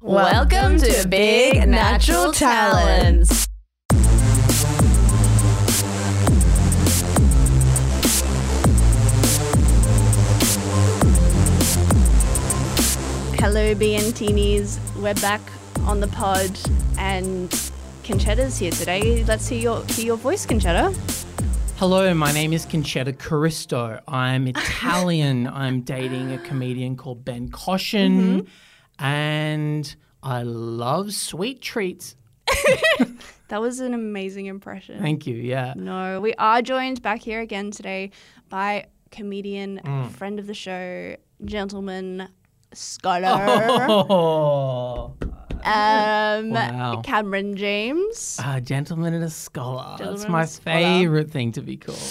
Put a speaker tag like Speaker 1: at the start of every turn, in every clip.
Speaker 1: Welcome to Big Natural Talents.
Speaker 2: Hello, BNTinis. We're back on the pod, and Conchetta's here today. Let's hear your hear your voice, Conchetta.
Speaker 3: Hello, my name is Conchetta Caristo. I'm Italian. I'm dating a comedian called Ben Caution,
Speaker 2: Mm-hmm.
Speaker 3: and I love sweet treats.
Speaker 2: That was an amazing impression.
Speaker 3: Thank you. Yeah.
Speaker 2: No, we are joined back here again today by comedian,
Speaker 3: Mm.
Speaker 2: friend of the show, gentleman, scholar,
Speaker 3: Oh,
Speaker 2: um,
Speaker 3: Wow.
Speaker 2: Cameron James.
Speaker 3: a gentleman and a scholar. That's
Speaker 2: Gentleman
Speaker 3: my
Speaker 2: and a scholar.
Speaker 3: favorite thing to be called.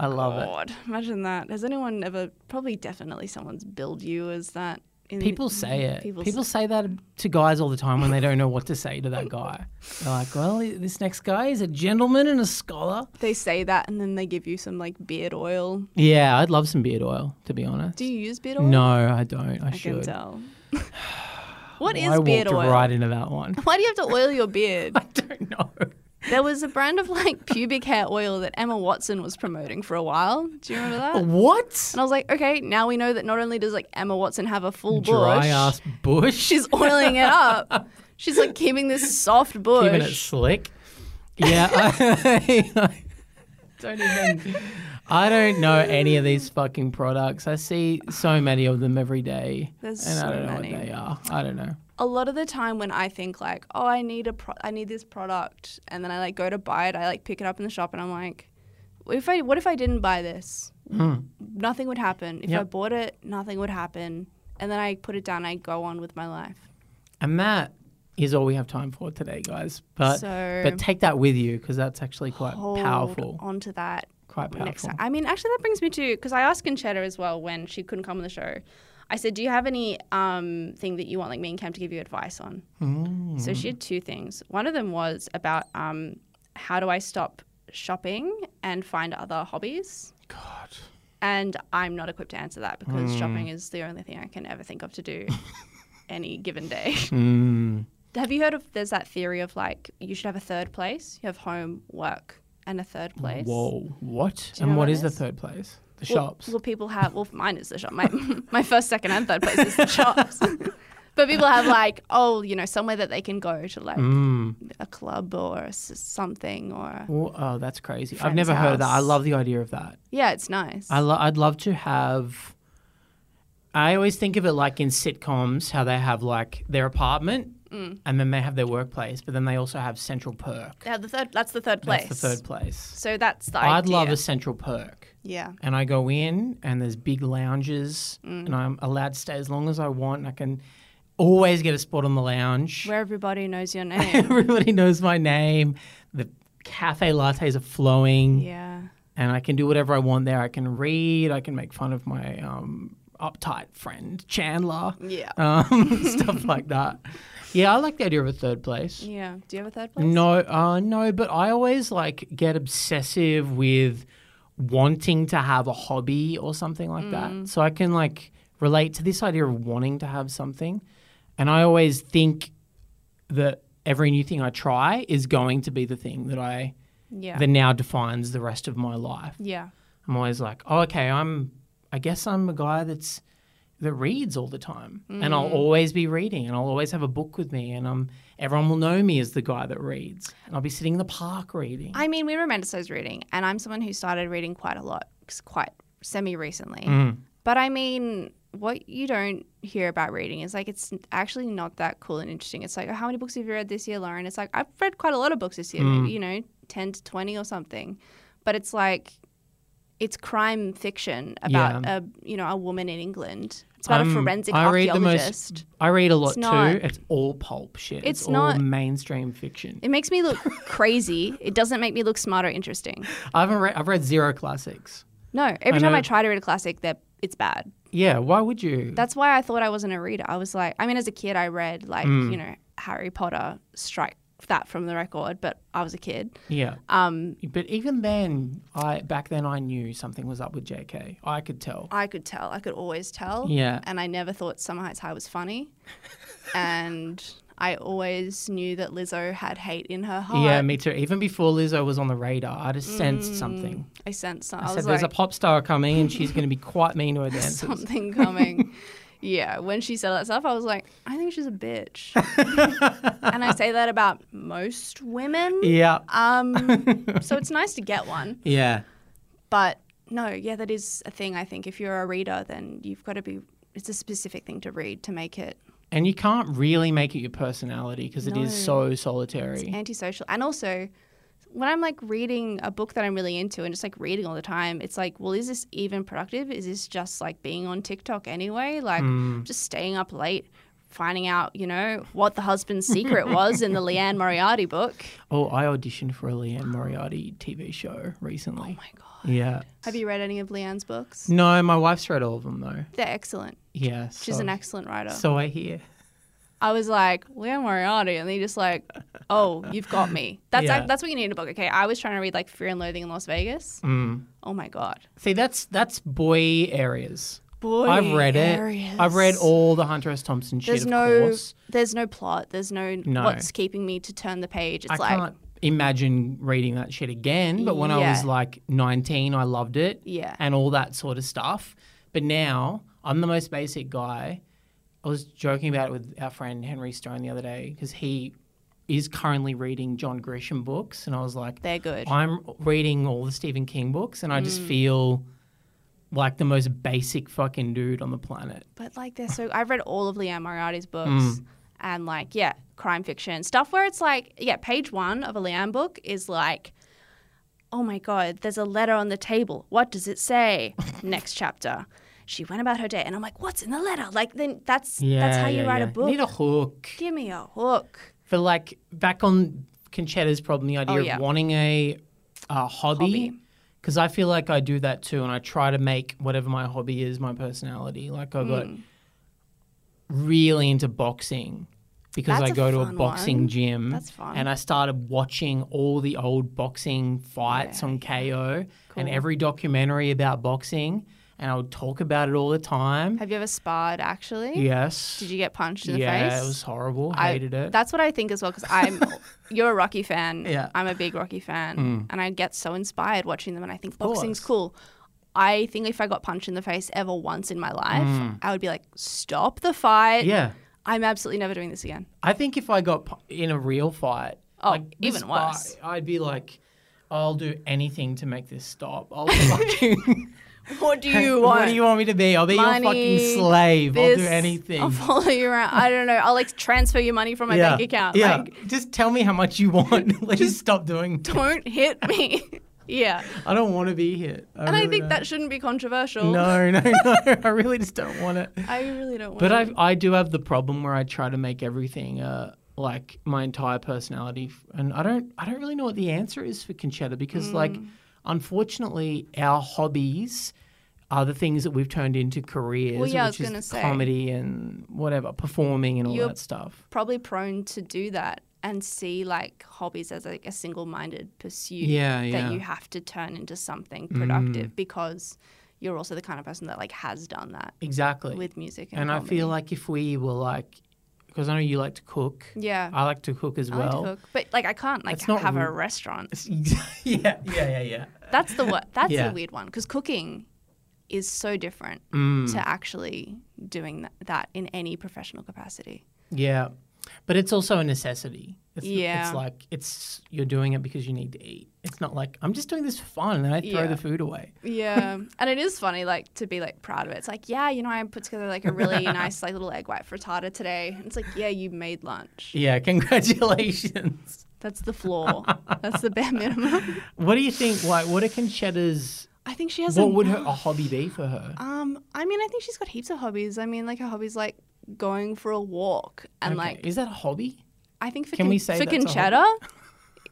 Speaker 3: I love it.
Speaker 2: God, imagine that. Has anyone ever? Probably, definitely, someone's billed you as that. In
Speaker 3: People say it.
Speaker 2: Mm, People
Speaker 3: People,
Speaker 2: s-
Speaker 3: say that to guys all the time when they don't know what to say to that guy. They're like, "Well, this next guy is a gentleman and a scholar."
Speaker 2: They say that, and then they give you some like beard oil.
Speaker 3: Yeah, I'd love some beard oil, to be honest.
Speaker 2: Do you use beard oil?
Speaker 3: No, I don't. I,
Speaker 2: I can
Speaker 3: should.
Speaker 2: tell. What is
Speaker 3: I
Speaker 2: beard
Speaker 3: walked
Speaker 2: oil?
Speaker 3: right into that one.
Speaker 2: Why do you have to oil your beard?
Speaker 3: I don't know.
Speaker 2: There was a brand of like pubic hair oil that Emma Watson was promoting for a while. Do you remember that?
Speaker 3: Oh.
Speaker 2: And
Speaker 3: What?
Speaker 2: I was like, okay, now we know that not only does like Emma Watson have a full bush,
Speaker 3: Dry ass bush.
Speaker 2: she's oiling it up. She's like keeping this soft bush.
Speaker 3: keeping it slick. Yeah. I, I don't even. I don't know any of these fucking products. I see so many of them every day,
Speaker 2: There's
Speaker 3: and I
Speaker 2: so
Speaker 3: don't know
Speaker 2: many.
Speaker 3: what they are. I don't know.
Speaker 2: a lot of the time when I think like, oh, I need a pro- I need this product, and then I like go to buy it, I like pick it up in the shop, and I'm like, if I what if I didn't buy this? Nothing would happen. If I
Speaker 3: Hmm. Yep.
Speaker 2: bought it, nothing would happen. And then I put it down. I go on with my life.
Speaker 3: And that is all we have time for today, guys. But
Speaker 2: So-
Speaker 3: but take that with you because that's actually quite
Speaker 2: Hold
Speaker 3: powerful.
Speaker 2: onto that
Speaker 3: Quite powerful.
Speaker 2: next time. I mean, actually, that brings me to because I asked Conchetta as well when she couldn't come on the show. I said, "Do you have any um, thing that you want like me and Cam to give you advice on?" So
Speaker 3: Mm.
Speaker 2: she had two things. One of them was about um, how do I stop shopping and find other hobbies.
Speaker 3: God.
Speaker 2: And I'm not equipped to answer that
Speaker 3: Mm.
Speaker 2: because shopping is the only thing I can ever think of to do any given day.
Speaker 3: Mm.
Speaker 2: Have you heard of there's that theory of like you should have a third place? You have home, work, and a third place.
Speaker 3: Whoa, what?
Speaker 2: you know
Speaker 3: And
Speaker 2: what
Speaker 3: what
Speaker 2: it
Speaker 3: is the
Speaker 2: is?
Speaker 3: third place? The
Speaker 2: Well-
Speaker 3: shops.
Speaker 2: Well, people have. Well, mine is the shop. My my first, second, and third place is the shops. but people have like, oh, you know, somewhere that they can go to, like
Speaker 3: Mm.
Speaker 2: a club or s- something, or
Speaker 3: Well, oh, that's crazy. I've
Speaker 2: Friend's
Speaker 3: never heard of that. I
Speaker 2: house.
Speaker 3: love the idea of that.
Speaker 2: yeah, it's nice.
Speaker 3: I lo- I'd love to have. I always think of it like in sitcoms, how they have like their apartment
Speaker 2: Mm.
Speaker 3: and then they have their workplace, but then they also have Central Perk.
Speaker 2: yeah, the third. That's the third place.
Speaker 3: That's the third place.
Speaker 2: So that's the.
Speaker 3: I'd love
Speaker 2: idea.
Speaker 3: a Central Perk.
Speaker 2: Yeah.
Speaker 3: And I go in and there's big lounges
Speaker 2: Mm.
Speaker 3: and I'm allowed to stay as long as I want and I can always get a spot on the lounge.
Speaker 2: Where everybody knows your name.
Speaker 3: Everybody knows my name. The cafe lattes are flowing,
Speaker 2: yeah.
Speaker 3: and I can do whatever I want there. I can read. I can make fun of my um, uptight friend Chandler.
Speaker 2: Yeah.
Speaker 3: Um, stuff like that. Yeah, I like the idea of a third place.
Speaker 2: Yeah. Do you have a third place?
Speaker 3: No, uh, no, but I always like get obsessive with wanting to have a hobby or something like that. So I can like relate to this idea of wanting to have something, and I always think that every new thing I try is going to be the thing that I
Speaker 2: Yeah.
Speaker 3: that now defines the rest of my life.
Speaker 2: yeah.
Speaker 3: I'm always like, oh, okay, I'm, I guess I'm a guy that's, that reads all the time and
Speaker 2: Mm.
Speaker 3: I'll always be reading and I'll always have a book with me and um, everyone will know me as the guy that reads and I'll be sitting in the park reading.
Speaker 2: I mean, we romanticize reading, and I'm someone who started reading quite a lot, s- quite semi recently.
Speaker 3: Mm.
Speaker 2: But I mean, what you don't hear about reading is like it's n- actually not that cool and interesting. It's like, oh, how many books have you read this year, Lauren? It's like I've read quite a lot of books this year,
Speaker 3: Hmm.
Speaker 2: maybe you know, ten to twenty or something. But it's like it's crime fiction about
Speaker 3: Yeah.
Speaker 2: a you know a woman in England. It's about a
Speaker 3: Um,
Speaker 2: forensic
Speaker 3: I read the most-
Speaker 2: archaeologist.
Speaker 3: I read a lot
Speaker 2: not-
Speaker 3: too. It's all pulp shit.
Speaker 2: It's
Speaker 3: It's,
Speaker 2: not-
Speaker 3: all mainstream fiction.
Speaker 2: It makes me look crazy. It doesn't make me look smart or interesting.
Speaker 3: I haven't read, I've read zero classics.
Speaker 2: No, every time
Speaker 3: know.
Speaker 2: I try to read a classic, that it's bad.
Speaker 3: Yeah, why would you?
Speaker 2: That's
Speaker 3: Mm.
Speaker 2: why I thought I wasn't a reader. I was like, I mean, as a kid, I read like you know Harry Potter, Strike that from the record, but I was a kid.
Speaker 3: Yeah.
Speaker 2: Um,
Speaker 3: But even then, I back then I knew something was up with JK. I could tell.
Speaker 2: I could tell. I could always tell.
Speaker 3: Yeah.
Speaker 2: And I never thought Summer Heights High was funny. and I always knew that Lizzo had hate in her heart.
Speaker 3: Yeah, me too. Even before Lizzo was on the radar, I just
Speaker 2: Mm.
Speaker 3: sensed something.
Speaker 2: I sensed that.
Speaker 3: I,
Speaker 2: I,
Speaker 3: said,
Speaker 2: was
Speaker 3: "There's
Speaker 2: like,
Speaker 3: a pop star coming, and she's going to be quite mean to her dancers."
Speaker 2: something coming. yeah. When she said that stuff, I was like, I think she's a bitch. and I say that about most women.
Speaker 3: Yeah,
Speaker 2: Um, so it's nice to get one.
Speaker 3: yeah,
Speaker 2: But no, yeah, that is a thing. I think if you're a reader, then you've got to be. It's a specific thing to read to make it
Speaker 3: and you can't really make it your personality because it is so solitary.
Speaker 2: antisocial. And also, when I'm like reading a book that I'm really into and just like reading all the time, it's like, well, is this even productive? Is this just like being on TikTok anyway? Like
Speaker 3: Mm.
Speaker 2: just staying up late, finding out, you know, what the husband's secret was in the Leanne Moriarty book.
Speaker 3: Oh, I auditioned for a Leanne Moriarty TV show recently.
Speaker 2: Oh my God.
Speaker 3: yeah.
Speaker 2: Have you read any of Leanne's books?
Speaker 3: No, my wife's read all of them though.
Speaker 2: They're excellent.
Speaker 3: Yeah,
Speaker 2: She's
Speaker 3: so,
Speaker 2: an excellent writer.
Speaker 3: Oh. So I hear.
Speaker 2: I was like, Leanne Moriarty. And they just like, oh, you've got me. That's,
Speaker 3: Yeah.
Speaker 2: like, that's what you need in a book. Okay. I was trying to read like Fear and Loathing in Las Vegas.
Speaker 3: Mm.
Speaker 2: Oh my God.
Speaker 3: See, that's that's boy areas.
Speaker 2: Boy,
Speaker 3: I've read
Speaker 2: areas.
Speaker 3: it. I've read all the Hunter S. Thompson shit.
Speaker 2: There's
Speaker 3: of
Speaker 2: no,
Speaker 3: course.
Speaker 2: there's no plot. There's no,
Speaker 3: No.
Speaker 2: what's keeping me to turn the page. It's
Speaker 3: I
Speaker 2: like,
Speaker 3: can't imagine reading that shit again. But when I was
Speaker 2: Yeah.
Speaker 3: like 19, I loved it.
Speaker 2: Yeah.
Speaker 3: And all that sort of stuff. But now I'm the most basic guy. I was joking about it with our friend Henry Stone the other day because he is currently reading John Grisham books. And I was like,
Speaker 2: they're good.
Speaker 3: I'm reading all the Stephen King books and I just feel like the most basic fucking dude on the planet.
Speaker 2: but like, they're so. I've read all of Leanne Moriarty's books,
Speaker 3: Mm.
Speaker 2: and like, yeah, crime fiction stuff where it's like, yeah, page one of a Leanne book is like, oh my god, there's a letter on the table. What does it say? Next chapter. She went about her day, and I'm like, what's in the letter? Like, then that's that's how you
Speaker 3: yeah,
Speaker 2: write a
Speaker 3: yeah.
Speaker 2: book.
Speaker 3: You need a hook.
Speaker 2: Give me a hook.
Speaker 3: For like back on Conchetta's problem, the idea
Speaker 2: Oh, yeah.
Speaker 3: of wanting a, a hobby.
Speaker 2: Hobby.
Speaker 3: Because I feel like I do that too, and I try to make whatever my hobby is my personality. Like I
Speaker 2: Hmm.
Speaker 3: got really into boxing because
Speaker 2: That's
Speaker 3: I
Speaker 2: a
Speaker 3: go to a
Speaker 2: fun
Speaker 3: boxing
Speaker 2: one.
Speaker 3: gym.
Speaker 2: That's fun.
Speaker 3: And I started watching all the old boxing fights on KO and every documentary about boxing, and I would talk about it all the time.
Speaker 2: Have you ever sparred? Actually,
Speaker 3: yes.
Speaker 2: did you get punched in the
Speaker 3: yeah,
Speaker 2: face?
Speaker 3: it was horrible.
Speaker 2: I-
Speaker 3: Hated it.
Speaker 2: That's what I think as well because I'm. you're a Rocky fan.
Speaker 3: Yeah. Mm.
Speaker 2: I'm a big Rocky fan, and I get so inspired watching them, and I think
Speaker 3: course.
Speaker 2: boxing's cool. I think if I got punched in the face ever once in my life, I would be like, "Stop the fight!
Speaker 3: Mm. yeah.
Speaker 2: I'm absolutely never doing this again."
Speaker 3: I think if I got pu- in a real fight,
Speaker 2: Oh,
Speaker 3: like, this
Speaker 2: even worse.
Speaker 3: fight, I'd be like, I'll do anything to make this stop. I'll fucking.
Speaker 2: What do you want?
Speaker 3: what do you want me to be? I'll be
Speaker 2: Money,
Speaker 3: your fucking slave. I'll do
Speaker 2: This-
Speaker 3: anything.
Speaker 2: I'll follow you around. I don't know. I'll like transfer you money from my
Speaker 3: yeah.
Speaker 2: bank account.
Speaker 3: Yeah.
Speaker 2: Like,
Speaker 3: just tell me how much you want. Let's just stop doing.
Speaker 2: don't hit me. yeah.
Speaker 3: I don't want to be hit.
Speaker 2: And I
Speaker 3: really
Speaker 2: think
Speaker 3: don't.
Speaker 2: that shouldn't be controversial.
Speaker 3: No, no, no. I really just don't want it.
Speaker 2: I really don't want
Speaker 3: But
Speaker 2: to.
Speaker 3: I I do have the problem where I try to make everything uh like my entire personality f- and I don't I don't really know what the answer is for Conchetta because like
Speaker 2: Hmm.
Speaker 3: unfortunately our hobbies are the things that we've turned into careers
Speaker 2: Well, yeah, I
Speaker 3: which
Speaker 2: was gonna
Speaker 3: is
Speaker 2: say.
Speaker 3: comedy and whatever performing and all
Speaker 2: You're-
Speaker 3: that stuff.
Speaker 2: probably prone to do that and see like hobbies as like a single-minded pursuit
Speaker 3: Yeah,
Speaker 2: that
Speaker 3: yeah. Mm.
Speaker 2: you have to turn into something productive because you're also the kind of person that like has done that
Speaker 3: Exactly.
Speaker 2: with music and,
Speaker 3: and I
Speaker 2: comedy.
Speaker 3: feel like if we were like because I know you like to cook.
Speaker 2: yeah
Speaker 3: I like to cook as
Speaker 2: I like
Speaker 3: well.
Speaker 2: to cook, but like I can't like
Speaker 3: That's not
Speaker 2: have a
Speaker 3: ru-
Speaker 2: restaurant.
Speaker 3: yeah, yeah, yeah, yeah.
Speaker 2: That's the wo- that's
Speaker 3: Yeah.
Speaker 2: the weird one because cooking is so different
Speaker 3: Mm.
Speaker 2: to actually doing that, that in any professional capacity.
Speaker 3: Yeah, but it's also a necessity. It's,
Speaker 2: Yeah.
Speaker 3: it's like it's you're doing it because you need to eat. It's not like I'm just doing this for fun and I throw
Speaker 2: Yeah.
Speaker 3: the food away.
Speaker 2: Yeah, and it is funny, like to be like proud of it. It's like, yeah, you know, I put together like a really nice like little egg white frittata today. And it's like, yeah, you made lunch.
Speaker 3: Yeah, congratulations.
Speaker 2: That's the floor. That's the bare minimum.
Speaker 3: what do you think? Like, what are Conchetta's?
Speaker 2: I think she has.
Speaker 3: What
Speaker 2: a,
Speaker 3: would her a hobby be for her?
Speaker 2: Um, I mean, I think she's got heaps of hobbies. I mean, like her hobbies like going for a walk and
Speaker 3: Okay,
Speaker 2: like
Speaker 3: is that a hobby?
Speaker 2: I think for
Speaker 3: Can
Speaker 2: Con-
Speaker 3: we say
Speaker 2: for
Speaker 3: that's a hobby?
Speaker 2: Conchetta,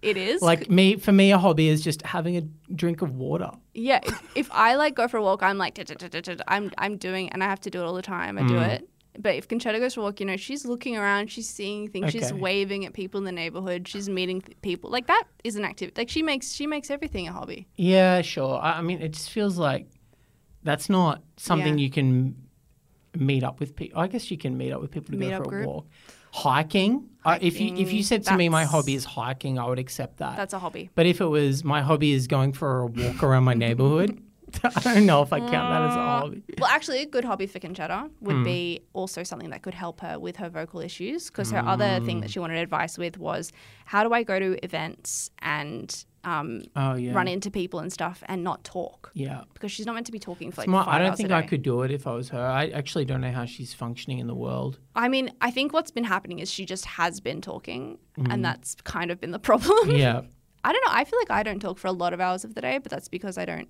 Speaker 2: it is
Speaker 3: Like me, for me, a hobby is just having a drink of water.
Speaker 2: Yeah,
Speaker 3: Mm.
Speaker 2: if- if I like go for a walk, I'm like "Da, da, da, da, da, da," I'm I'm doing, and I have to do it all the time. I do it. But if Conchetta goes for a walk, you know, she's looking around, she's seeing things, she's
Speaker 3: Okay.
Speaker 2: waving at people in the neighborhood, she's meeting th- people. Like that is an activity. Like she makes she makes everything a hobby.
Speaker 3: Yeah, sure. I, I mean, it just feels like that's not something
Speaker 2: Yeah.
Speaker 3: you can meet up with people. I guess you can meet up with people to
Speaker 2: Meet
Speaker 3: go
Speaker 2: up
Speaker 3: for a
Speaker 2: group.
Speaker 3: walk. Hiking. I if you if
Speaker 2: Hiking,
Speaker 3: you said to me my
Speaker 2: that's-
Speaker 3: hobby is hiking, I would accept that.
Speaker 2: That's a hobby.
Speaker 3: but if it was my hobby is going for a walk around my neighborhood, I don't know if I count that as a
Speaker 2: Mm.
Speaker 3: hobby.
Speaker 2: Well, actually, a good hobby for Conchetta would
Speaker 3: Mm.
Speaker 2: be also something that could help her with her vocal issues because her other thing
Speaker 3: Mm.
Speaker 2: that she wanted advice with was how do I go to events and um,
Speaker 3: Oh yeah.
Speaker 2: run into people and stuff and not talk
Speaker 3: Yeah.
Speaker 2: because she's not meant to be talking for like
Speaker 3: My-
Speaker 2: five
Speaker 3: I don't
Speaker 2: hours
Speaker 3: think
Speaker 2: a
Speaker 3: I
Speaker 2: day.
Speaker 3: could do it if I was her. I actually don't know how she's functioning in the world.
Speaker 2: I mean, I think what's been happening is she just has been talking,
Speaker 3: Mm-hmm.
Speaker 2: and that's kind of been the problem.
Speaker 3: Yeah.
Speaker 2: I don't know. I feel like I don't talk for a lot of hours of the day, but that's because I don't.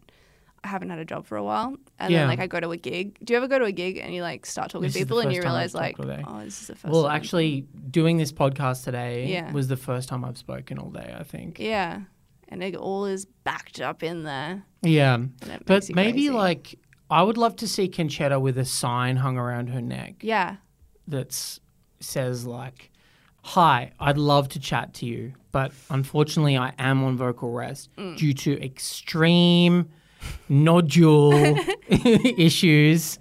Speaker 2: I haven't had a job for a while, and
Speaker 3: Yeah.
Speaker 2: then like I go to a gig. Do you ever go to a gig and you like start talking
Speaker 3: This
Speaker 2: to
Speaker 3: is the
Speaker 2: people and you
Speaker 3: first time
Speaker 2: realize
Speaker 3: I've
Speaker 2: like,
Speaker 3: talked all day.
Speaker 2: oh, this is the first.
Speaker 3: Well,
Speaker 2: time.
Speaker 3: actually, doing this podcast today
Speaker 2: Yeah.
Speaker 3: was the first time I've spoken all day. I think.
Speaker 2: yeah, and it all is backed up in there.
Speaker 3: Yeah.
Speaker 2: And it
Speaker 3: But
Speaker 2: makes you
Speaker 3: maybe
Speaker 2: crazy.
Speaker 3: like I would love to see Conchetta with a sign hung around her neck
Speaker 2: yeah,
Speaker 3: that says like, "Hi, I'd love to chat to you, but unfortunately I am on vocal rest
Speaker 2: Mm.
Speaker 3: due to extreme nodule issues."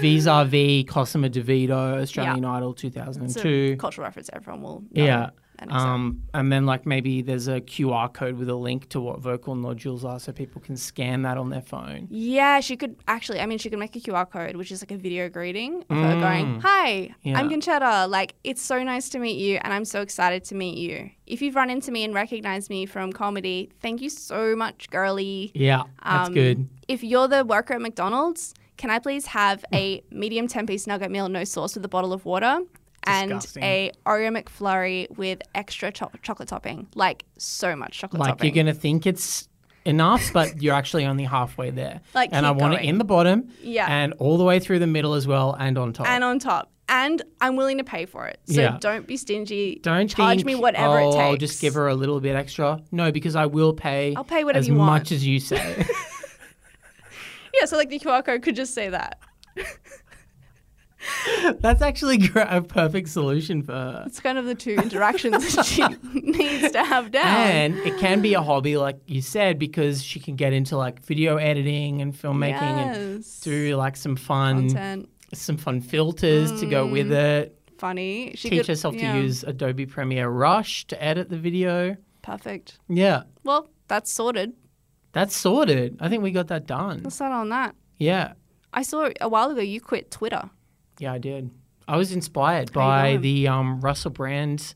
Speaker 3: Vis-a-vis Cosima DeVito, Australian Idol
Speaker 2: it's
Speaker 3: 2002.
Speaker 2: a cultural reference. Everyone will. Know
Speaker 3: Yeah.
Speaker 2: and accept.
Speaker 3: Um, and then like maybe there's a QR code with a link to what vocal nodules are, so people can scan that on their phone.
Speaker 2: Yeah, she could actually. I mean, she could make a QR code, which is like a video greeting of her going, "Hi,
Speaker 3: Mm. Yeah.
Speaker 2: I'm Conchetta. Like, it's so nice to meet you, and I'm so excited to meet you. If you've run into me and recognized me from comedy, thank you so much, girly.
Speaker 3: Yeah, that's
Speaker 2: Um,
Speaker 3: good.
Speaker 2: If you're the worker at McDonald's, can I please have a medium ten-piece nugget meal, no sauce, with a bottle of water?" And
Speaker 3: Disgusting.
Speaker 2: a Oreo McFlurry with extra cho- chocolate topping, like so much chocolate
Speaker 3: Like
Speaker 2: topping.
Speaker 3: you're gonna think it's enough, but you're actually only halfway there.
Speaker 2: Like,
Speaker 3: and I
Speaker 2: keep
Speaker 3: want it
Speaker 2: going.
Speaker 3: in the bottom,
Speaker 2: Yeah.
Speaker 3: and all the way through the middle as well, and on top.
Speaker 2: and on top. And I'm willing to pay for it. So
Speaker 3: Yeah.
Speaker 2: don't be stingy.
Speaker 3: Don't
Speaker 2: charge
Speaker 3: think,
Speaker 2: me whatever
Speaker 3: oh,
Speaker 2: it takes.
Speaker 3: I'll just give her a little bit extra. No, because I will pay.
Speaker 2: I'll pay whatever
Speaker 3: as
Speaker 2: you want.
Speaker 3: much as you say.
Speaker 2: Yeah, so like the QR code could just say that.
Speaker 3: that's actually gr- a perfect solution for her.
Speaker 2: It's kind of the two interactions that she needs to have down.
Speaker 3: And it can be a hobby, like you said, because she can get into like video editing and filmmaking and
Speaker 2: Yes.
Speaker 3: do like some fun,
Speaker 2: Content, Mm.
Speaker 3: some fun filters to go with it.
Speaker 2: funny. She
Speaker 3: Teach
Speaker 2: could-
Speaker 3: herself
Speaker 2: yeah,
Speaker 3: to use Adobe Premiere Rush to edit the video.
Speaker 2: Perfect.
Speaker 3: Yeah,
Speaker 2: Well, that's sorted.
Speaker 3: that's sorted. I think we got that done.
Speaker 2: Let's start on that.
Speaker 3: Yeah,
Speaker 2: I saw a while ago you quit Twitter.
Speaker 3: yeah, I did. I was inspired
Speaker 2: How you
Speaker 3: by
Speaker 2: going?
Speaker 3: the um, Russell Brand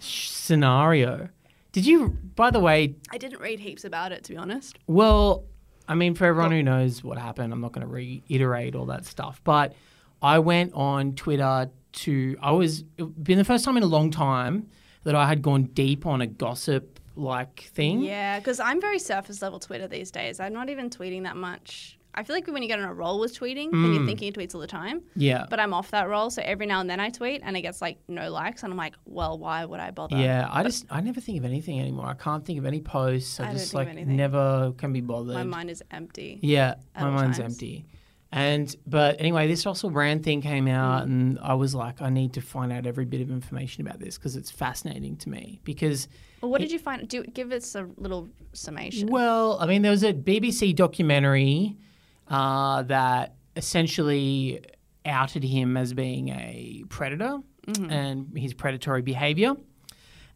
Speaker 3: sh- scenario. Did you, by the way,
Speaker 2: I didn't read heaps about it, to be honest.
Speaker 3: Well, I mean, for everyone who knows what happened, I'm not going to reiterate all that stuff. But I went on Twitter to, I was, it been the first time in a long time that I had gone deep on a gossip like thing.
Speaker 2: Yeah, because I'm very surface level Twitter these days. I'm not even tweeting that much. I feel like when you get on a roll with tweeting, then
Speaker 3: Mm.
Speaker 2: you're thinking of tweets all the time.
Speaker 3: Yeah.
Speaker 2: But I'm off that roll, so every now and then I tweet and it gets like no likes, and I'm like, well, why would I bother?
Speaker 3: yeah, I just I never think of anything anymore. I can't think of any posts. I,
Speaker 2: I don't
Speaker 3: just
Speaker 2: think of
Speaker 3: like
Speaker 2: anything.
Speaker 3: never can be bothered.
Speaker 2: My mind is empty.
Speaker 3: Yeah,
Speaker 2: at
Speaker 3: my
Speaker 2: all
Speaker 3: mind's
Speaker 2: times.
Speaker 3: empty. And but anyway, this Russell Brand thing came out,
Speaker 2: Hmm.
Speaker 3: and I was like, I need to find out every bit of information about this because it's fascinating to me. Because
Speaker 2: Well, what did you find? Do give us a little summation.
Speaker 3: Well, I mean, there was a BBC documentary uh, that essentially outed him as being a predator and his predatory behavior.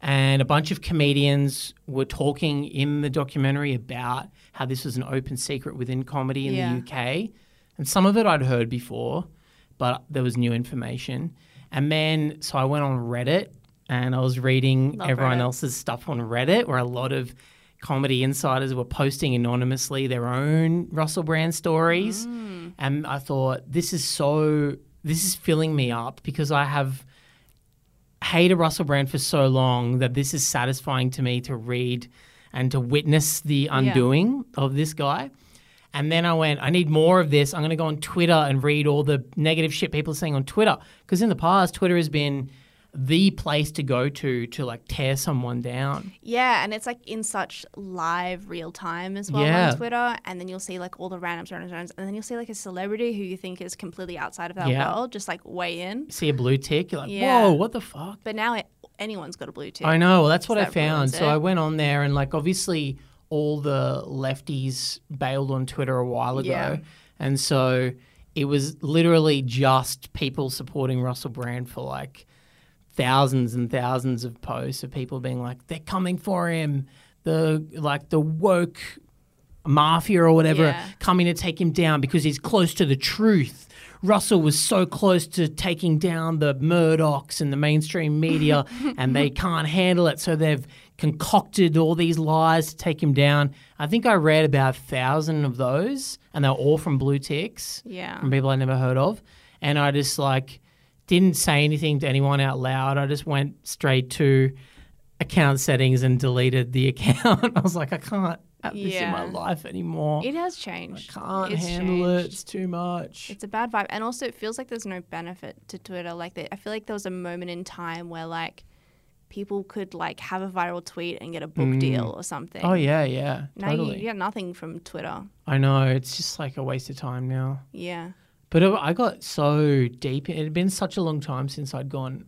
Speaker 3: And a bunch of comedians were talking in the documentary about how this was an open secret within comedy in
Speaker 2: Yeah.
Speaker 3: the UK. And some of it I'd heard before, but there was new information. And then, so I went on Reddit and I was reading
Speaker 2: Love
Speaker 3: everyone
Speaker 2: Reddit.
Speaker 3: else's stuff on Reddit, where a lot of comedy insiders were posting anonymously their own Russell Brand stories. And I thought, this is so, this is filling me up because I have hated Russell Brand for so long that this is satisfying to me to read and to witness the undoing of this guy. And then I went, I need more of this. I'm going to go on Twitter and read all the negative shit people are saying on Twitter. Because in the past, Twitter has been the place to go to to like tear someone down.
Speaker 2: Yeah, and it's like in such live, real time as well
Speaker 3: Yeah.
Speaker 2: on Twitter. And then you'll see like all the random randoms, randoms, and then you'll see like a celebrity who you think is completely outside of that
Speaker 3: Yeah.
Speaker 2: world, just like weigh in.
Speaker 3: See a blue tick, you're like,
Speaker 2: Yeah.
Speaker 3: whoa, what the fuck?
Speaker 2: But now it, anyone's got a blue tick.
Speaker 3: I know. Well, that's what I
Speaker 2: that eh?
Speaker 3: found.
Speaker 2: ruins
Speaker 3: So
Speaker 2: it.
Speaker 3: I went on there and like obviously all the lefties bailed on Twitter a while ago,
Speaker 2: Yeah.
Speaker 3: and so it was literally just people supporting Russell Brand for like thousands and thousands of posts of people being like they're coming for him. The like the woke mafia or whatever
Speaker 2: Yeah.
Speaker 3: coming to take him down because he's close to the truth. Russell was so close to taking down the Murdochs and the mainstream media, and they can't handle it. So they've concocted all these lies to take him down. I think I read about a thousand of those, and they're all from blue ticks
Speaker 2: Yeah.
Speaker 3: from people I never heard of. And I just like didn't say anything to anyone out loud. I just went straight to account settings and deleted the account. I was like, I can't have this in my
Speaker 2: Yeah.
Speaker 3: life anymore.
Speaker 2: It has changed.
Speaker 3: can't
Speaker 2: It's
Speaker 3: handle it.
Speaker 2: changed.
Speaker 3: It's too much.
Speaker 2: It's a bad vibe, and also it feels like there's no benefit to Twitter. Like that, I feel like there was a moment in time where like people could like have a viral tweet and get a book deal or something.
Speaker 3: Mm. oh yeah, yeah,
Speaker 2: Now
Speaker 3: totally.
Speaker 2: you, you get nothing from Twitter.
Speaker 3: I know. It's just like a waste of time now.
Speaker 2: Yeah.
Speaker 3: But it, I got so deep. It had been such a long time since I'd gone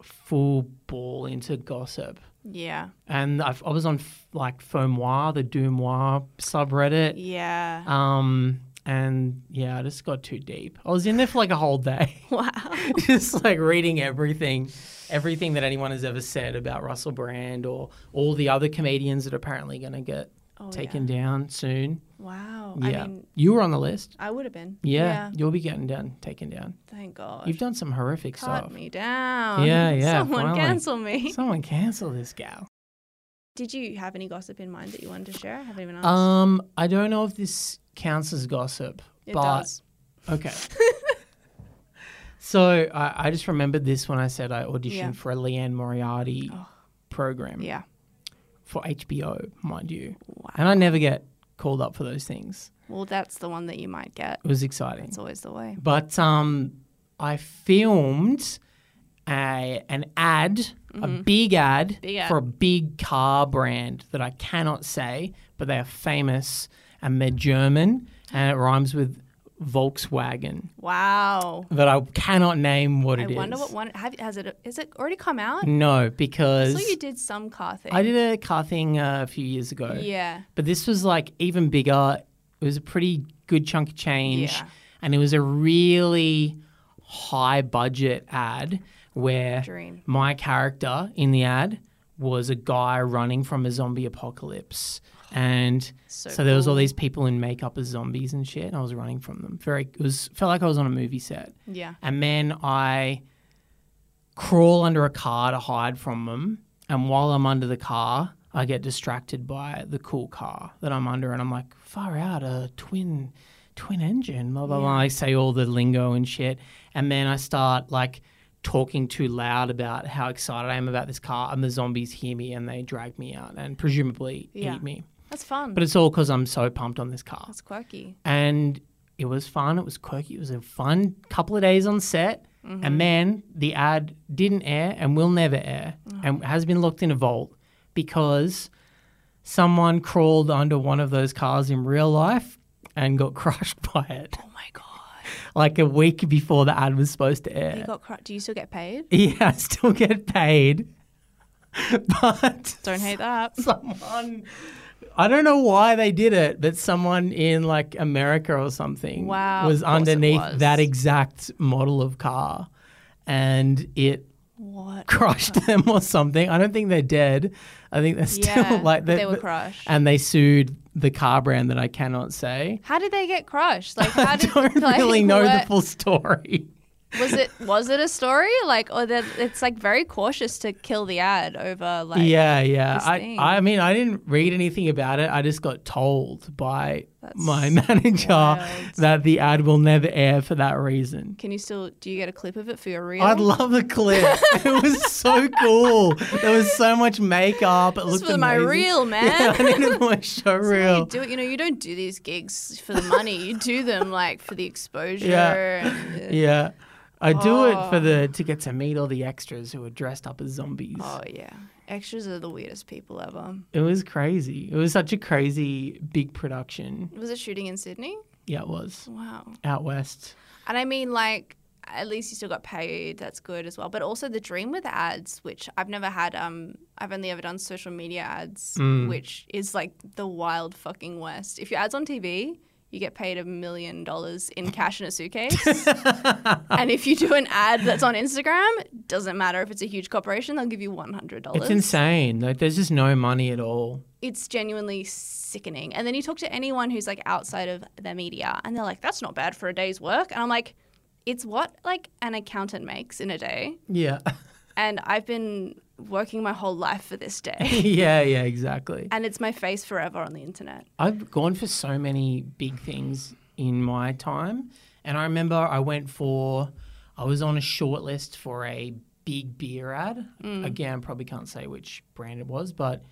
Speaker 3: full ball into gossip.
Speaker 2: Yeah.
Speaker 3: And I, I was on f- like Fomoir, the Doomoir subreddit.
Speaker 2: Yeah.
Speaker 3: Um, and yeah, I just got too deep. I was in there for like a whole day,
Speaker 2: wow.
Speaker 3: just like reading everything, everything that anyone has ever said about Russell Brand or all the other comedians that are apparently going to get
Speaker 2: Oh,
Speaker 3: taken down soon.
Speaker 2: Wow.
Speaker 3: Yeah,
Speaker 2: I mean,
Speaker 3: you were on the list.
Speaker 2: I would have been.
Speaker 3: Yeah, you'll be getting down, taken down.
Speaker 2: Thank God.
Speaker 3: You've done some horrific
Speaker 2: Cut
Speaker 3: stuff.
Speaker 2: me down.
Speaker 3: Yeah, yeah,
Speaker 2: Someone
Speaker 3: finally.
Speaker 2: cancel me.
Speaker 3: Someone cancel this gal.
Speaker 2: Did you have any gossip in mind that you wanted to share? I haven't even asked.
Speaker 3: Um, I don't know if this counts as gossip,
Speaker 2: it
Speaker 3: but
Speaker 2: does.
Speaker 3: Okay. so I, I just remembered this when I said I auditioned
Speaker 2: Yeah.
Speaker 3: for a Leanne Moriarty
Speaker 2: Oh.
Speaker 3: program
Speaker 2: Yeah.
Speaker 3: for HBO, mind you.
Speaker 2: Wow.
Speaker 3: And I never get called up for those things.
Speaker 2: Well, that's the one that you might get.
Speaker 3: It was exciting.
Speaker 2: It's always the way.
Speaker 3: But um, I filmed a, an ad, a big ad,
Speaker 2: Mm-hmm. Big ad.
Speaker 3: for a big car brand that I cannot say, but they are famous and they're German and it rhymes with Volkswagen.
Speaker 2: Wow.
Speaker 3: That I cannot name what
Speaker 2: I
Speaker 3: it is.
Speaker 2: wonder what one have has it is it already come out?
Speaker 3: No,
Speaker 2: I
Speaker 3: because
Speaker 2: saw you did some car thing.
Speaker 3: I did a car thing uh, a few years ago.
Speaker 2: Yeah.
Speaker 3: But this was like even bigger. It was a pretty good chunk of change.
Speaker 2: Yeah.
Speaker 3: And it was a really high budget ad where
Speaker 2: Dream.
Speaker 3: my character in the ad was a guy running from a zombie apocalypse. And
Speaker 2: Oh, So
Speaker 3: so, there was all
Speaker 2: cool.
Speaker 3: these people in makeup as zombies and shit. And I was running from them. Very, it was, felt like I was on a movie set.
Speaker 2: Yeah.
Speaker 3: And then I crawl under a car to hide from them. And while I'm under the car, I get distracted by the cool car that I'm under. And I'm like, far out, a twin, twin engine, blah, blah, blah. I say all the lingo and shit. And then I start like talking too loud about how excited I am about this car. And the zombies hear me and they drag me out and presumably
Speaker 2: Yeah.
Speaker 3: eat me.
Speaker 2: That's fun.
Speaker 3: But it's all because I'm so pumped on this car
Speaker 2: that's quirky.
Speaker 3: and it was fun. It was quirky. It was a fun couple of days on set. And then the ad didn't air and will never air and has been locked in a vault because someone crawled under one of those cars in real life and got crushed by it
Speaker 2: Oh my god.
Speaker 3: like a week before the ad was supposed to
Speaker 2: You
Speaker 3: air.
Speaker 2: got cr- do you still get paid?
Speaker 3: Yeah, I still get paid. But
Speaker 2: Don't hate that.
Speaker 3: someone I don't know why they did it, but someone in like America or something
Speaker 2: Wow,
Speaker 3: was
Speaker 2: of course it
Speaker 3: underneath
Speaker 2: was.
Speaker 3: that exact model of car and it
Speaker 2: What?
Speaker 3: crushed them or something. I don't think they're dead. I think they're still
Speaker 2: Yeah.
Speaker 3: like
Speaker 2: they were crushed.
Speaker 3: and they sued the car brand that I cannot say.
Speaker 2: How did they get crushed? Like how
Speaker 3: I
Speaker 2: did
Speaker 3: don't
Speaker 2: like,
Speaker 3: really know the
Speaker 2: what-
Speaker 3: full story.
Speaker 2: was it was it a story like or that it's like very cautious to kill the ad over like
Speaker 3: yeah, yeah.
Speaker 2: this
Speaker 3: I,
Speaker 2: thing.
Speaker 3: I mean, I didn't read anything about it. I just got told by
Speaker 2: That's
Speaker 3: my manager
Speaker 2: wild.
Speaker 3: that the ad will never air for that reason.
Speaker 2: Can you still do you get a clip of it for your reel?
Speaker 3: I'd love a clip. it was so cool. There was so much makeup. It
Speaker 2: this
Speaker 3: looked
Speaker 2: was my
Speaker 3: amazing.
Speaker 2: reel,
Speaker 3: Yeah,
Speaker 2: man.
Speaker 3: I needed my show
Speaker 2: You
Speaker 3: reel.
Speaker 2: do it, you know. You don't do these gigs for the money. You do them like for the exposure.
Speaker 3: Yeah.
Speaker 2: and, uh,
Speaker 3: Yeah. I do it for the to get to meet all the extras who are dressed up as zombies.
Speaker 2: Oh yeah, extras are the weirdest people ever.
Speaker 3: It was crazy. It was such a crazy big production.
Speaker 2: Was it shooting in Sydney?
Speaker 3: Yeah, it was
Speaker 2: Wow.
Speaker 3: out west.
Speaker 2: And I mean, like, at least you still got paid. That's good as well. But also the dream with ads, which I've never had. Um, I've only ever done social media ads, which is like the wild fucking west. If your ads on TV, you get paid a million dollars in cash in a suitcase. and if you do an ad that's on Instagram, doesn't matter if it's a huge corporation, they'll give you one hundred dollars.
Speaker 3: It's insane. Like there's just no money at all.
Speaker 2: it's genuinely sickening. And then you talk to anyone who's like outside of the media and they're like, that's not bad for a day's work. And I'm like, it's what like an accountant makes in a day.
Speaker 3: Yeah.
Speaker 2: And I've been working my whole life for this day.
Speaker 3: yeah, yeah, exactly.
Speaker 2: and it's my face forever on the internet.
Speaker 3: I've gone for so many big things in my time. And I remember I went for, I was on a short list for a big beer ad. Again, probably can't say which brand it was, but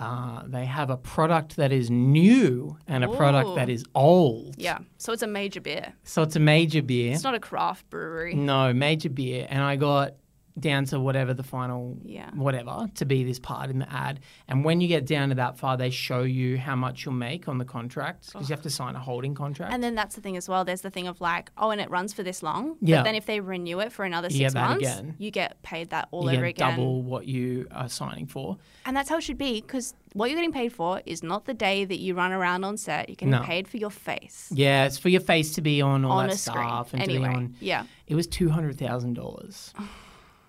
Speaker 3: uh, they have a product that is new and a product
Speaker 2: Ooh.
Speaker 3: that is old.
Speaker 2: Yeah. So it's a major beer.
Speaker 3: So it's a major beer.
Speaker 2: It's not a craft brewery.
Speaker 3: No, major beer. And I got down to whatever the final,
Speaker 2: Yeah.
Speaker 3: whatever, to be this part in the ad. And when you get down to that far, they show you how much you'll make on the contract because you have to sign a holding contract.
Speaker 2: And then that's the thing as well. There's the thing of like, oh, and it runs for this long.
Speaker 3: Yeah.
Speaker 2: But then if they renew it for another
Speaker 3: You get
Speaker 2: six
Speaker 3: that
Speaker 2: months,
Speaker 3: again.
Speaker 2: you get paid that all
Speaker 3: you
Speaker 2: over
Speaker 3: get
Speaker 2: again.
Speaker 3: double what you are signing for.
Speaker 2: And that's how it should be because what you're getting paid for is not the day that you run around on set. You're getting
Speaker 3: No.
Speaker 2: paid for your face
Speaker 3: Yeah, it's for your face to be on all
Speaker 2: on
Speaker 3: that
Speaker 2: a screen.
Speaker 3: stuff and
Speaker 2: anyway,
Speaker 3: to be on.
Speaker 2: yeah.
Speaker 3: It was two hundred thousand dollars,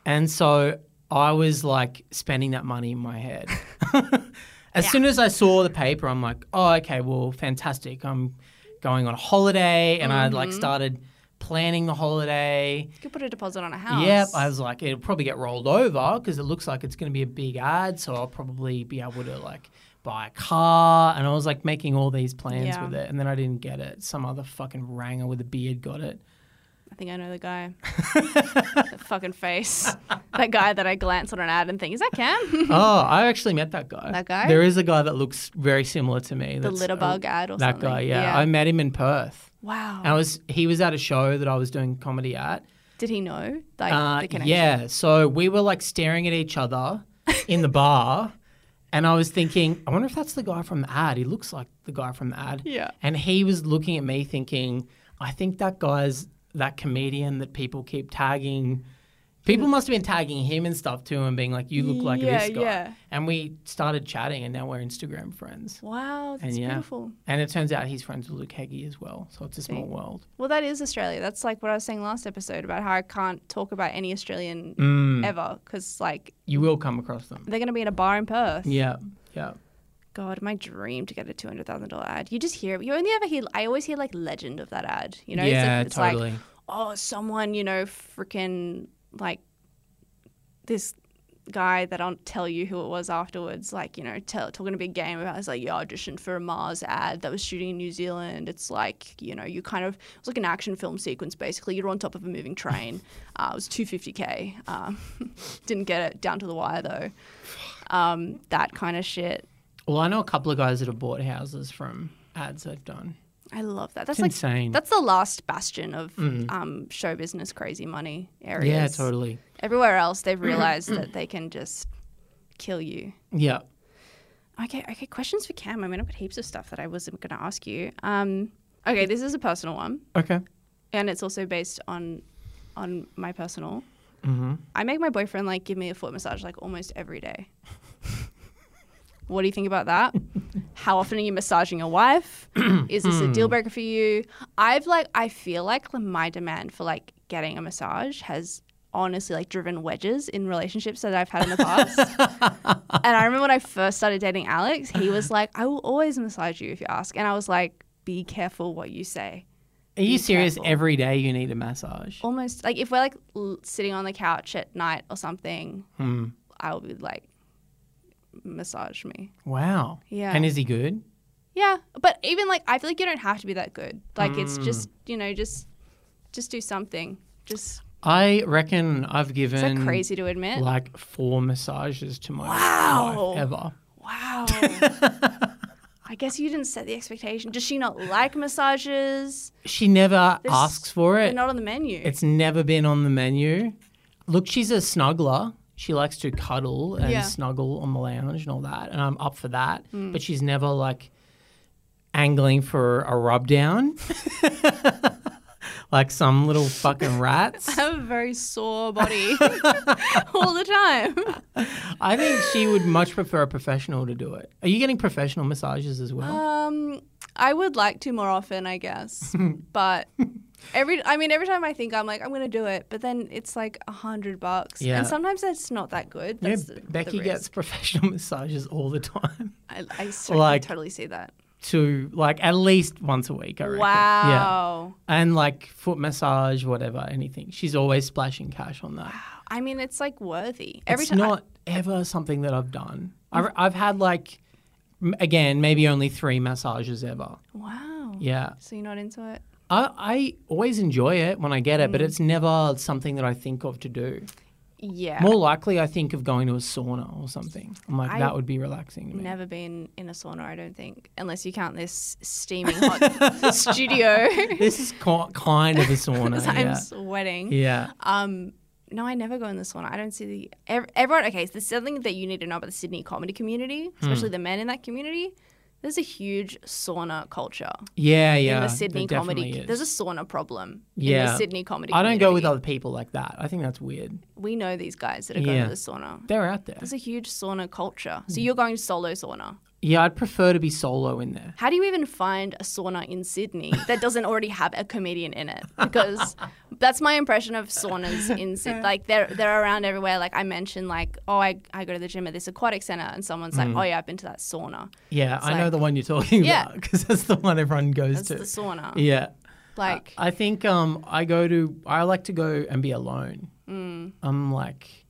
Speaker 3: and so I was like spending that money in my head. as soon as I saw the paper, I'm like, oh, okay, well, fantastic. I'm going on a holiday, and I like started planning the holiday.
Speaker 2: You could put a deposit on a house.
Speaker 3: Yep, I was like, it'll probably get rolled over because it looks like it's going to be a big ad, so I'll probably be able to like buy a car. And I was like making all these plans
Speaker 2: Yeah.
Speaker 3: with it, and then I didn't get it. Some other fucking ranger with a beard got it.
Speaker 2: I think I know the guy. the fucking face. That guy that I glance on an ad and think, is that Cam?
Speaker 3: oh, I actually met that guy.
Speaker 2: That guy?
Speaker 3: There is a guy that looks very similar to me.
Speaker 2: the
Speaker 3: that's-
Speaker 2: litter bug ad or
Speaker 3: that
Speaker 2: something. Oh.
Speaker 3: guy, yeah. I met him in Perth.
Speaker 2: wow.
Speaker 3: And I was he was at a show that I was doing comedy at.
Speaker 2: Did he know? Like,
Speaker 3: Uh,
Speaker 2: the connection?
Speaker 3: yeah, so we were like staring at each other in the bar, and I was thinking, I wonder if that's the guy from the ad. He looks like the guy from the ad.
Speaker 2: Yeah.
Speaker 3: And he was looking at me thinking, I think that guy's that comedian that people keep tagging. People must have been tagging him and stuff too, and being like, "You look like
Speaker 2: Mm. Yeah,
Speaker 3: this guy."
Speaker 2: yeah.
Speaker 3: And we started chatting, and now we're Instagram friends.
Speaker 2: Wow, that's
Speaker 3: And yeah.
Speaker 2: beautiful.
Speaker 3: And it turns out he's friends with Luke Heggie as well, so it's a small world.
Speaker 2: Well, that is Australia. That's like what I was saying last episode about how I can't talk about any Australian
Speaker 3: Mm.
Speaker 2: ever because, like,
Speaker 3: You will come across them.
Speaker 2: they're going to be in a bar in Perth.
Speaker 3: Yeah, yeah.
Speaker 2: God, my dream to get a two hundred thousand dollar ad. You just hear you only ever hear. I always hear like legend of that ad. You know, It's
Speaker 3: Yeah,
Speaker 2: like- it's,
Speaker 3: totally.
Speaker 2: like oh, someone you know, freaking like this guy that I'll tell you who it was afterwards. Like you know, tell, talking a big game about. It's like yeah, I auditioned for a Mars ad that was shooting in New Zealand. It's like you know, you kind of it's like an action film sequence basically. You're on top of a moving train. uh, it was two fifty k. Uh, Didn't get it down to the wire though. Um, that kind of shit.
Speaker 3: Well, I know a couple of guys that have bought houses from ads they've done.
Speaker 2: I love that. That's
Speaker 3: It's
Speaker 2: like
Speaker 3: insane. Mm.
Speaker 2: that's the last bastion of um, show business crazy money areas.
Speaker 3: yeah, totally.
Speaker 2: Everywhere else, they've realized that they can just kill you.
Speaker 3: Yeah.
Speaker 2: Okay, okay. Questions for Cam. I mean, I've got heaps of stuff that I wasn't going to ask you. Um, okay, this is a personal one,
Speaker 3: Okay.
Speaker 2: and it's also based on on my personal. I make my boyfriend like give me a foot massage like almost every day. what do you think about that? How often are you massaging your wife? Is this a deal breaker for you? I've like I feel like my demand for like getting a massage has honestly like driven wedges in relationships that I've had in the past. and I remember when I first started dating Alex, he was like, "I will always massage you if you ask," and I was like, "Be careful what you say."
Speaker 3: Are you serious?
Speaker 2: careful.
Speaker 3: Every day you need a massage.
Speaker 2: almost like if we're like l- sitting on the couch at night or something,
Speaker 3: Hmm.
Speaker 2: I would be like, massage me.
Speaker 3: Wow.
Speaker 2: Yeah.
Speaker 3: And is he good?
Speaker 2: Yeah, but even like I feel like you don't have to be that good. Like it's
Speaker 3: Mm.
Speaker 2: just you know just just do something. Just
Speaker 3: I reckon I've
Speaker 2: is
Speaker 3: given
Speaker 2: that crazy to admit?
Speaker 3: like four massages to my
Speaker 2: Wow.
Speaker 3: wife ever.
Speaker 2: wow. I guess you didn't set the expectation. Does she not like massages?
Speaker 3: She never
Speaker 2: They're s-
Speaker 3: asks for
Speaker 2: They're
Speaker 3: it.
Speaker 2: not on the menu.
Speaker 3: It's never been on the menu. Look, she's a snuggler. She likes to cuddle and
Speaker 2: Yeah. Mm.
Speaker 3: snuggle on the lounge and all that, and I'm up for that. But she's never like angling for a rub down, like some little fucking rats.
Speaker 2: I have a very sore body all the time.
Speaker 3: I think she would much prefer a professional to do it. Are you getting professional massages as well?
Speaker 2: Um, I would like to more often, I guess, but every I mean, every time I think I'm like I'm gonna do it, but then it's like a hundred bucks,
Speaker 3: Yeah.
Speaker 2: and sometimes that's not that good.
Speaker 3: yeah,
Speaker 2: That's the- the
Speaker 3: Becky
Speaker 2: risk.
Speaker 3: gets professional massages all the time.
Speaker 2: I, I so- I
Speaker 3: like-
Speaker 2: totally see that.
Speaker 3: to like at least once a week, I reckon. Yeah.
Speaker 2: Wow.
Speaker 3: And like foot massage, whatever, anything. She's always splashing cash on that.
Speaker 2: I mean, it's like worthy. Every
Speaker 3: it's
Speaker 2: time.
Speaker 3: not ever something that I've done. I've, I've had like, m- again, maybe only three massages ever.
Speaker 2: wow.
Speaker 3: Yeah.
Speaker 2: So you're not into it?
Speaker 3: I, I always enjoy it when I get
Speaker 2: Mm.
Speaker 3: it, but it's never something that I think of to do.
Speaker 2: Yeah.
Speaker 3: More likely, I think of going to a sauna or something. I'm like,
Speaker 2: I-
Speaker 3: that would be relaxing to me.
Speaker 2: Never been in a sauna, I don't think, unless you count this steaming hot studio.
Speaker 3: This is co- kind of a sauna.
Speaker 2: I'm
Speaker 3: yeah.
Speaker 2: sweating.
Speaker 3: yeah.
Speaker 2: Um, no, I never go in the sauna. I don't see the ev- everyone. Okay, so there's something that you need to know about the Sydney comedy community, especially
Speaker 3: Hmm.
Speaker 2: the men in that community. There's a huge sauna culture
Speaker 3: Yeah, yeah.
Speaker 2: in the
Speaker 3: there
Speaker 2: Sydney comedy.
Speaker 3: definitely is.
Speaker 2: There's a sauna problem in
Speaker 3: Yeah.
Speaker 2: the Sydney comedy.
Speaker 3: I don't go with
Speaker 2: community.
Speaker 3: other people like that. I think that's weird.
Speaker 2: We know these guys that are going
Speaker 3: Yeah.
Speaker 2: to the sauna.
Speaker 3: They're out there.
Speaker 2: There's a huge sauna culture. So you're going solo sauna.
Speaker 3: Yeah, I'd prefer to be solo in there.
Speaker 2: How do you even find a sauna in Sydney that doesn't already have a comedian in it? Because that's my impression of saunas in Sydney. Like they're they're around everywhere. Like I mentioned, like oh I, I go to the gym at this aquatic center, and someone's
Speaker 3: Mm.
Speaker 2: like oh yeah I've been to that sauna.
Speaker 3: Yeah, I know
Speaker 2: like-
Speaker 3: the one you're talking
Speaker 2: Yeah.
Speaker 3: about because that's the one everyone goes
Speaker 2: That's the
Speaker 3: to.
Speaker 2: sauna.
Speaker 3: yeah.
Speaker 2: Like
Speaker 3: I think um, I go to, I like to go and be alone.
Speaker 2: Mm.
Speaker 3: I'm like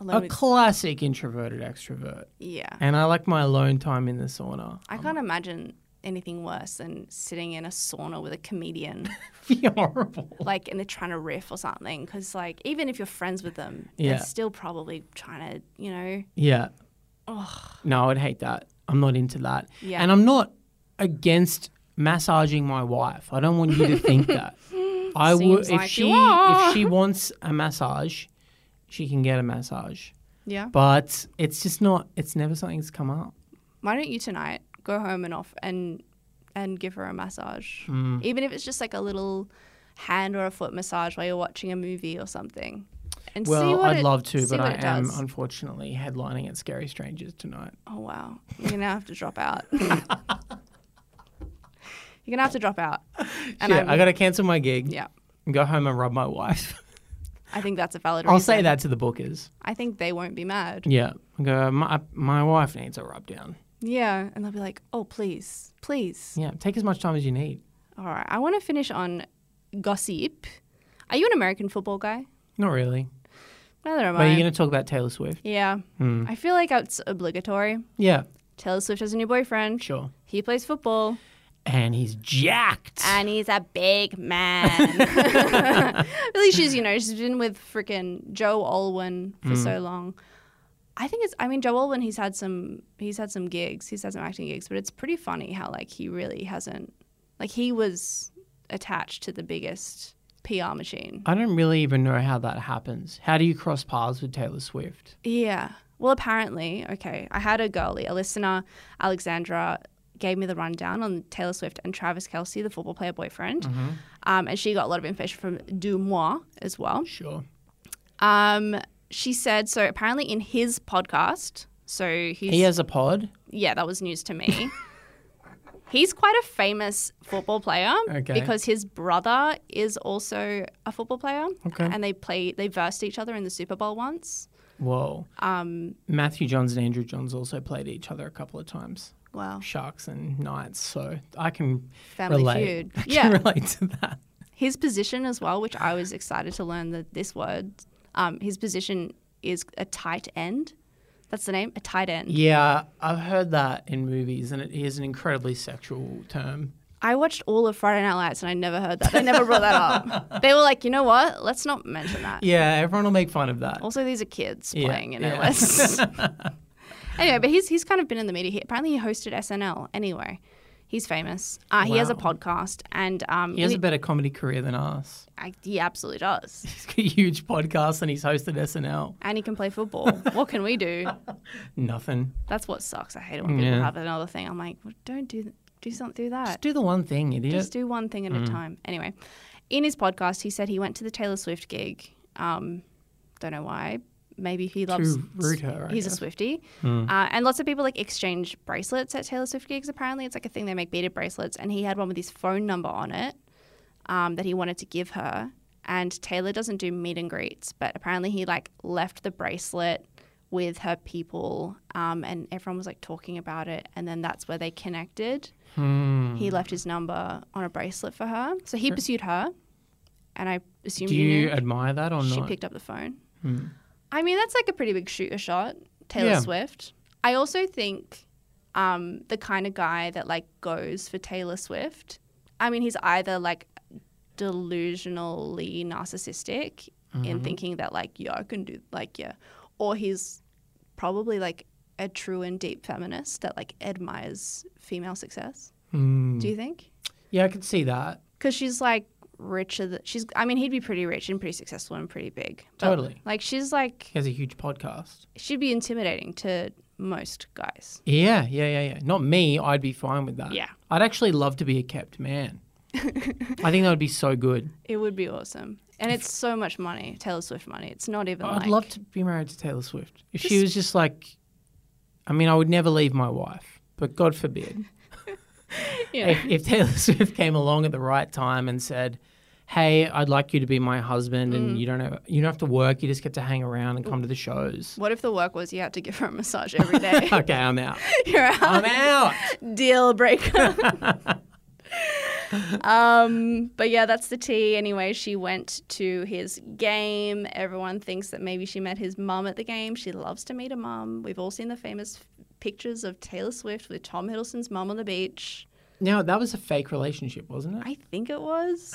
Speaker 2: alone
Speaker 3: a
Speaker 2: with,
Speaker 3: classic introverted extrovert.
Speaker 2: yeah,
Speaker 3: And I like my alone time in the sauna.
Speaker 2: I can't imagine anything worse than sitting in a sauna with a comedian,
Speaker 3: Be horrible.
Speaker 2: like and they're trying to riff or something. Because like even if you're friends with them,
Speaker 3: Yeah.
Speaker 2: they're still probably trying to you know
Speaker 3: Yeah. No, I'd hate that. I'm not into that.
Speaker 2: Yeah.
Speaker 3: And I'm not against massaging my wife. I don't want you to think that. I would
Speaker 2: Seems
Speaker 3: if
Speaker 2: like
Speaker 3: she
Speaker 2: you are.
Speaker 3: if she wants a massage, she can get a massage.
Speaker 2: yeah.
Speaker 3: But it's just not it's never something that's come up.
Speaker 2: why don't you tonight go home and off and and give her a massage
Speaker 3: Mm.
Speaker 2: even if it's just like a little hand or a foot massage while you're watching a movie or something and see
Speaker 3: Well,
Speaker 2: what
Speaker 3: I'd
Speaker 2: it-
Speaker 3: love to,
Speaker 2: see
Speaker 3: but
Speaker 2: what
Speaker 3: I
Speaker 2: it
Speaker 3: am
Speaker 2: does.
Speaker 3: unfortunately headlining at Scary Strangers tonight.
Speaker 2: oh wow you're gonna have to drop out you're gonna have to drop out and
Speaker 3: yeah,
Speaker 2: I'm-
Speaker 3: I gotta cancel my gig
Speaker 2: yeah
Speaker 3: and go home and rub my wife.
Speaker 2: i think that's a valid
Speaker 3: I'll
Speaker 2: reason.
Speaker 3: say that to the bookers.
Speaker 2: i think they won't be mad
Speaker 3: Yeah. I go, my my wife needs a rub down.
Speaker 2: yeah and they'll be like oh please please
Speaker 3: Yeah. Take as much time as you need.
Speaker 2: all right i want to finish on gossip are you an american football guy
Speaker 3: Not really.
Speaker 2: neither am
Speaker 3: But
Speaker 2: i
Speaker 3: are you going to talk about Taylor Swift?
Speaker 2: Yeah. I feel like it's obligatory.
Speaker 3: Yeah,
Speaker 2: Taylor Swift has a new boyfriend.
Speaker 3: sure.
Speaker 2: He plays football
Speaker 3: And he's jacked.
Speaker 2: and he's a big man. really, she's, you know, she's been with freaking Joe Alwyn for so long. I think it's, I mean, Joe Alwyn, he's had some, he's had some gigs, he's had some acting gigs, but it's pretty funny how, like, he really hasn't, like, he was attached to the biggest PR machine.
Speaker 3: I don't really even know how that happens. How do you cross paths with Taylor Swift?
Speaker 2: Yeah. Well, apparently, okay, I had a girlie, a listener, Alexandra, gave me the rundown on Taylor Swift and Travis Kelsey, the football player boyfriend.
Speaker 3: Mm-hmm.
Speaker 2: Um, and she got a lot of information from Dumois as well.
Speaker 3: Sure.
Speaker 2: Um, she said, so apparently in his podcast, so he's,
Speaker 3: He has a pod.
Speaker 2: yeah, that was news to me. He's quite a famous football player
Speaker 3: Okay.
Speaker 2: because his brother is also a football player.
Speaker 3: Okay.
Speaker 2: And they play, they versed each other in the Super Bowl once.
Speaker 3: Whoa.
Speaker 2: Um,
Speaker 3: Matthew Johns and Andrew Johns also played each other a couple of times.
Speaker 2: wow.
Speaker 3: Sharks and Knights. So I can
Speaker 2: Family
Speaker 3: relate.
Speaker 2: Feud.
Speaker 3: I can
Speaker 2: Yeah.
Speaker 3: relate to that.
Speaker 2: his position as well, which I was excited to learn that this word, um, his position is a tight end. That's the name, a tight end.
Speaker 3: Yeah, I've heard that in movies, and it is an incredibly sexual term.
Speaker 2: I watched all of Friday Night Lights and I never heard that. They never brought that up. They were like, you know what? Let's not mention that.
Speaker 3: Yeah, everyone will make fun of that.
Speaker 2: Also, these are kids
Speaker 3: Yeah,
Speaker 2: playing in
Speaker 3: yeah.
Speaker 2: OS. Anyway, but he's he's kind of been in the media. He, apparently, he hosted SNL. Anyway, he's famous. Uh, He has a
Speaker 3: Wow.
Speaker 2: podcast, and um,
Speaker 3: He has
Speaker 2: we-
Speaker 3: a better comedy career than us.
Speaker 2: I- he absolutely does.
Speaker 3: He's got a huge podcast and he's hosted SNL.
Speaker 2: And he can play football. what can we do?
Speaker 3: Nothing.
Speaker 2: That's what sucks. I hate it when people
Speaker 3: Yeah.
Speaker 2: have another thing. I'm like, well, don't do th- do something do that.
Speaker 3: Just do the one thing, idiot.
Speaker 2: Uh,
Speaker 3: Mm.
Speaker 2: Just do one thing at a time. Anyway, in his podcast, he said he went to the Taylor Swift gig. Um, don't know why. Maybe he loves.
Speaker 3: root her, I
Speaker 2: he's a
Speaker 3: guess. Mm.
Speaker 2: Swifty, uh, and lots of people like exchange bracelets at Taylor Swift gigs. Apparently, it's like a thing they make beaded bracelets, and he had one with his phone number on it um, that he wanted to give her. And Taylor doesn't do meet and greets, but apparently he like left the bracelet with her people, um, and everyone was like talking about it, and then that's where they connected.
Speaker 3: Hmm.
Speaker 2: He
Speaker 3: Mm.
Speaker 2: left his number on a bracelet for her, so he pursued her, and I assume
Speaker 3: do
Speaker 2: you,
Speaker 3: you
Speaker 2: knew
Speaker 3: admire that or
Speaker 2: she
Speaker 3: not?
Speaker 2: picked up the phone. I mean, that's like a pretty big shooter shot, Taylor
Speaker 3: Hmm. Yeah.
Speaker 2: Swift. I also think um, the kind of guy that like goes for Taylor Swift. I mean, he's either like delusionally narcissistic in
Speaker 3: Mm-hmm.
Speaker 2: thinking that like yeah, I can do like yeah, or he's probably like a true and deep feminist that like admires female success.
Speaker 3: Hmm.
Speaker 2: Do you think?
Speaker 3: Yeah, I could see that.
Speaker 2: because she's like richer. Th- she's. I mean, he'd be pretty rich and pretty successful and pretty big. But,
Speaker 3: Totally.
Speaker 2: Like she's like
Speaker 3: He has a huge podcast.
Speaker 2: she'd be intimidating to most guys.
Speaker 3: Yeah, yeah, yeah, yeah. Not me. I'd be fine with that.
Speaker 2: Yeah.
Speaker 3: I'd actually love to be a kept man. I think that would be so good.
Speaker 2: It would be awesome, and it's so much money, Taylor Swift money. It's not even.
Speaker 3: I'd
Speaker 2: like,
Speaker 3: love to be married to Taylor Swift. If she
Speaker 2: Just-
Speaker 3: was just like, I mean, I would never leave my wife, but God forbid.
Speaker 2: You know,
Speaker 3: if, if Taylor Swift came along at the right time and said, "Hey, I'd like you to be my husband,
Speaker 2: Mm.
Speaker 3: and you don't have, you don't have to work. You just get to hang around and come to the shows."
Speaker 2: what if the work was you had to give her a massage every day?
Speaker 3: okay, I'm out.
Speaker 2: You're out.
Speaker 3: I'm out.
Speaker 2: deal breaker. um, but yeah, that's the tea. Anyway, she went to his game. Everyone thinks that maybe she met his mum at the game. She loves to meet a mum. We've all seen the famous f- pictures of Taylor Swift with Tom Hiddleston's mum on the beach.
Speaker 3: Now that was a fake relationship, wasn't it?
Speaker 2: I think it was.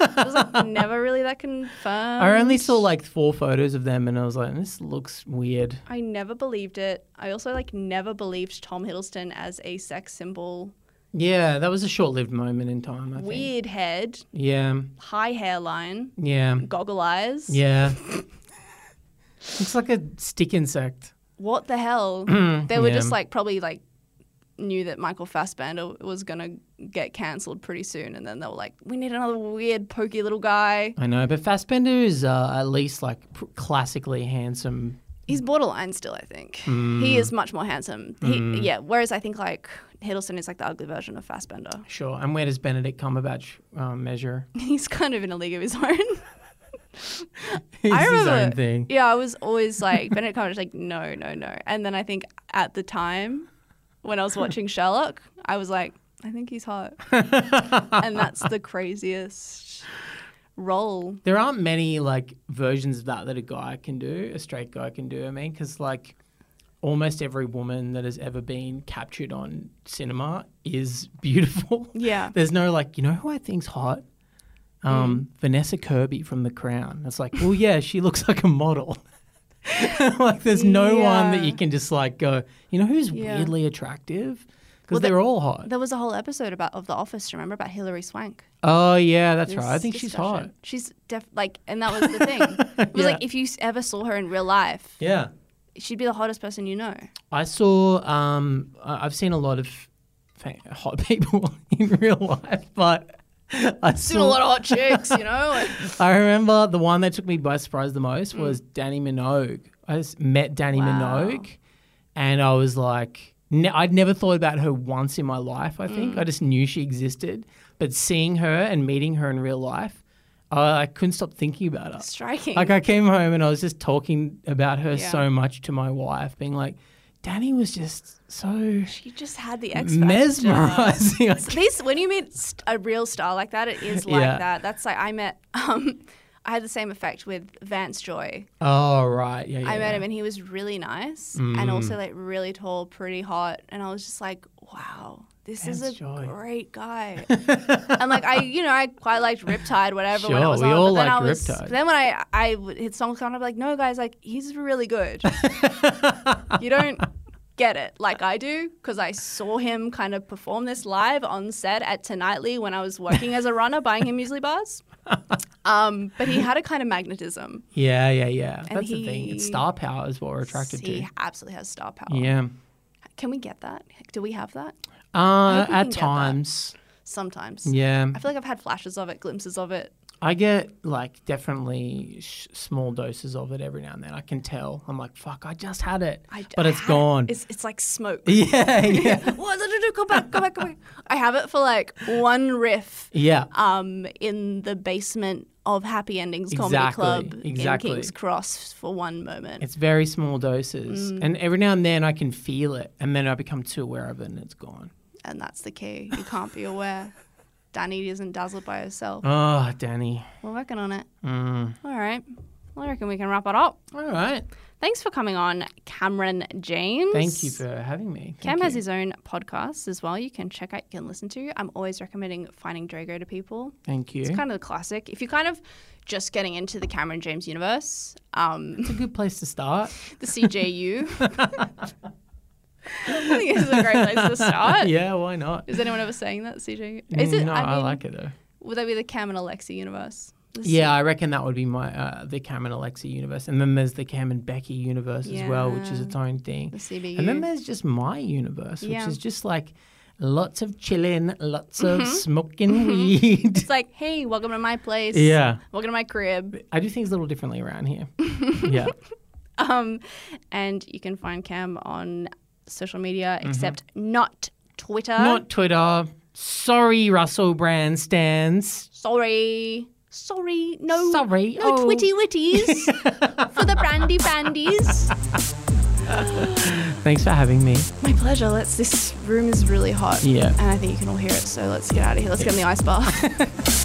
Speaker 2: it was like never really that confirmed.
Speaker 3: I only saw like four photos of them, and I was like, "This looks weird."
Speaker 2: I never believed it. I also like never believed Tom Hiddleston as a sex symbol.
Speaker 3: Yeah, that was a short-lived moment in time. I think.
Speaker 2: Weird head,
Speaker 3: Yeah,
Speaker 2: high hairline,
Speaker 3: yeah,
Speaker 2: goggle eyes.
Speaker 3: yeah. Looks like a stick insect.
Speaker 2: what the hell? they were
Speaker 3: yeah.
Speaker 2: just like probably like knew that Michael Fassbender was gonna get cancelled pretty soon, and then they were like, we need another weird pokey little guy.
Speaker 3: I know, but Fassbender is uh, at least like pr- classically handsome.
Speaker 2: He's borderline still, I think. He is much more handsome. He, yeah. Whereas I think like Hiddleston is like the ugly version of Fassbender.
Speaker 3: Sure. And where does Benedict Cumberbatch um, measure?
Speaker 2: He's kind of in a league of his own.
Speaker 3: It's
Speaker 2: I
Speaker 3: his
Speaker 2: remember.
Speaker 3: own thing.
Speaker 2: Yeah, I was always like Benedict Cumberbatch, like no, no, no. And then I think at the time when I was watching Sherlock, I was like, I think he's hot, and that's the craziest role.
Speaker 3: There aren't many like versions of that that a guy can do, a straight guy can do. I mean, because like almost every woman that has ever been captured on cinema is beautiful.
Speaker 2: Yeah.
Speaker 3: There's no like, you know who I think's hot? Um,
Speaker 2: Hmm.
Speaker 3: Vanessa Kirby from The Crown. It's like, well, yeah, she looks like a model. like, there's no one that
Speaker 2: Yeah.
Speaker 3: you can just like go, you know who's
Speaker 2: Yeah.
Speaker 3: weirdly attractive? Because
Speaker 2: Well, the-
Speaker 3: they're all hot.
Speaker 2: There was a whole episode about of The Office. Remember about Hilary Swank?
Speaker 3: oh, yeah, that's
Speaker 2: This
Speaker 3: right. I think she's
Speaker 2: discussion.
Speaker 3: hot.
Speaker 2: She's def- like, and that was the thing. It was
Speaker 3: Yeah.
Speaker 2: like if you s- ever saw her in real life,
Speaker 3: Yeah.
Speaker 2: she'd be the hottest person you know.
Speaker 3: I saw. Um, I- I've seen a lot of fa- hot people in real life, but I
Speaker 2: Doing a
Speaker 3: saw.
Speaker 2: lot of hot chicks, you know. Like,
Speaker 3: I remember the one that took me by surprise the most was Danny Minogue. I just met Danny
Speaker 2: Mm. Wow.
Speaker 3: Minogue, and I was like, ne- I'd never thought about her once in my life. I
Speaker 2: Mm.
Speaker 3: think I just knew she existed, but seeing her and meeting her in real life, I I couldn't stop thinking about her.
Speaker 2: striking.
Speaker 3: Like I came home and I was just talking about her
Speaker 2: Yeah.
Speaker 3: so much to my wife, being like, Danny was just so
Speaker 2: she just had the X factor.
Speaker 3: mesmerizing. I can't-
Speaker 2: These, when you meet st- a real star like that, it is like
Speaker 3: Yeah.
Speaker 2: that. That's like I met. Um, I had the same effect with Vance Joy.
Speaker 3: oh right, yeah, yeah.
Speaker 2: I met
Speaker 3: yeah. Mm.
Speaker 2: him and he was really nice and also like really tall, pretty hot, and I was just like, wow. This is
Speaker 3: Vance
Speaker 2: a
Speaker 3: Joy.
Speaker 2: great guy, and like I, you know, I quite liked Riptide, whatever. when it
Speaker 3: Sure,
Speaker 2: was
Speaker 3: we
Speaker 2: on,
Speaker 3: all
Speaker 2: but then
Speaker 3: liked
Speaker 2: I was,
Speaker 3: Riptide.
Speaker 2: Then when I, I would- his songs come on, I'm like, no, guys, like he's really good. you don't get it like I do because I saw him kind of perform this live on set at Tonightly when I was working as a runner buying him muesli bars. Um, but he had a kind of magnetism.
Speaker 3: Yeah, yeah, yeah. That's the thing.
Speaker 2: he-
Speaker 3: It's star power is what we're attracted
Speaker 2: He absolutely has star power.
Speaker 3: to. Yeah.
Speaker 2: Can we get that? Do we have that?
Speaker 3: Uh,
Speaker 2: hope we can
Speaker 3: at
Speaker 2: get that.
Speaker 3: times.
Speaker 2: Sometimes.
Speaker 3: Yeah.
Speaker 2: I feel like I've had flashes of it, glimpses of it.
Speaker 3: I get like definitely sh- small doses of it every now and then. I can tell. I'm like, fuck, I just had it,
Speaker 2: I,
Speaker 3: but
Speaker 2: I
Speaker 3: it's
Speaker 2: had it.
Speaker 3: gone.
Speaker 2: It's, it's like smoke.
Speaker 3: yeah, yeah,
Speaker 2: What? No, no, no, go back, go back, go back. I have it for like one riff
Speaker 3: yeah.
Speaker 2: um, in the basement of Happy Endings Comedy
Speaker 3: Exactly,
Speaker 2: Club
Speaker 3: exactly.
Speaker 2: in King's Cross for one moment.
Speaker 3: It's very small doses,
Speaker 2: Mm.
Speaker 3: and every now and then I can feel it, and then I become too aware of it, and it's gone.
Speaker 2: and that's the key. You can't be aware. Danny isn't dazzled by herself.
Speaker 3: Oh, Danny.
Speaker 2: We're working on it.
Speaker 3: Mm.
Speaker 2: All right. I reckon we can wrap it up.
Speaker 3: All right.
Speaker 2: Thanks for coming on, Cameron James.
Speaker 3: Thank you for having me. Thank
Speaker 2: Cam
Speaker 3: you.
Speaker 2: has his own podcast as well. You can check out, you can listen to. I'm always recommending Finding Drago to people.
Speaker 3: Thank you. It's,
Speaker 2: It's kind of a classic. If you're kind of just getting into the Cameron James universe, um,
Speaker 3: a good place to start.
Speaker 2: the CJU, I think it's a great place to start.
Speaker 3: yeah, why not?
Speaker 2: Is anyone ever saying that CJU? Oh. Is it?
Speaker 3: no,
Speaker 2: I, mean,
Speaker 3: I like it though.
Speaker 2: Would that be the Cam and Alexi universe? The C-
Speaker 3: Yeah, I reckon that would be my uh, the Cam and Alexi universe, and then there's the Cam and Becky universe as well, which is
Speaker 2: Yeah.
Speaker 3: its own thing.
Speaker 2: the CBU.
Speaker 3: And then there's just my universe, which
Speaker 2: Yeah.
Speaker 3: is just like lots of chilling, lots
Speaker 2: Mm-hmm.
Speaker 3: of smoking weed.
Speaker 2: it's like, hey, welcome to my place.
Speaker 3: yeah.
Speaker 2: Welcome to my crib.
Speaker 3: I do things a little differently around here. yeah.
Speaker 2: Um, and you can find Cam on social media, except not Twitter.
Speaker 3: Mm-hmm. Not Twitter. Sorry, Russell Brand stands.
Speaker 2: sorry. Sorry. No.
Speaker 3: Sorry.
Speaker 2: No
Speaker 3: Oh.
Speaker 2: twitty witties for the brandy bandies.
Speaker 3: Thanks for having me.
Speaker 2: My pleasure. Let's. This room is really hot.
Speaker 3: Yeah.
Speaker 2: And I think you can all hear it. So let's get out of here. Let's get in the ice bar.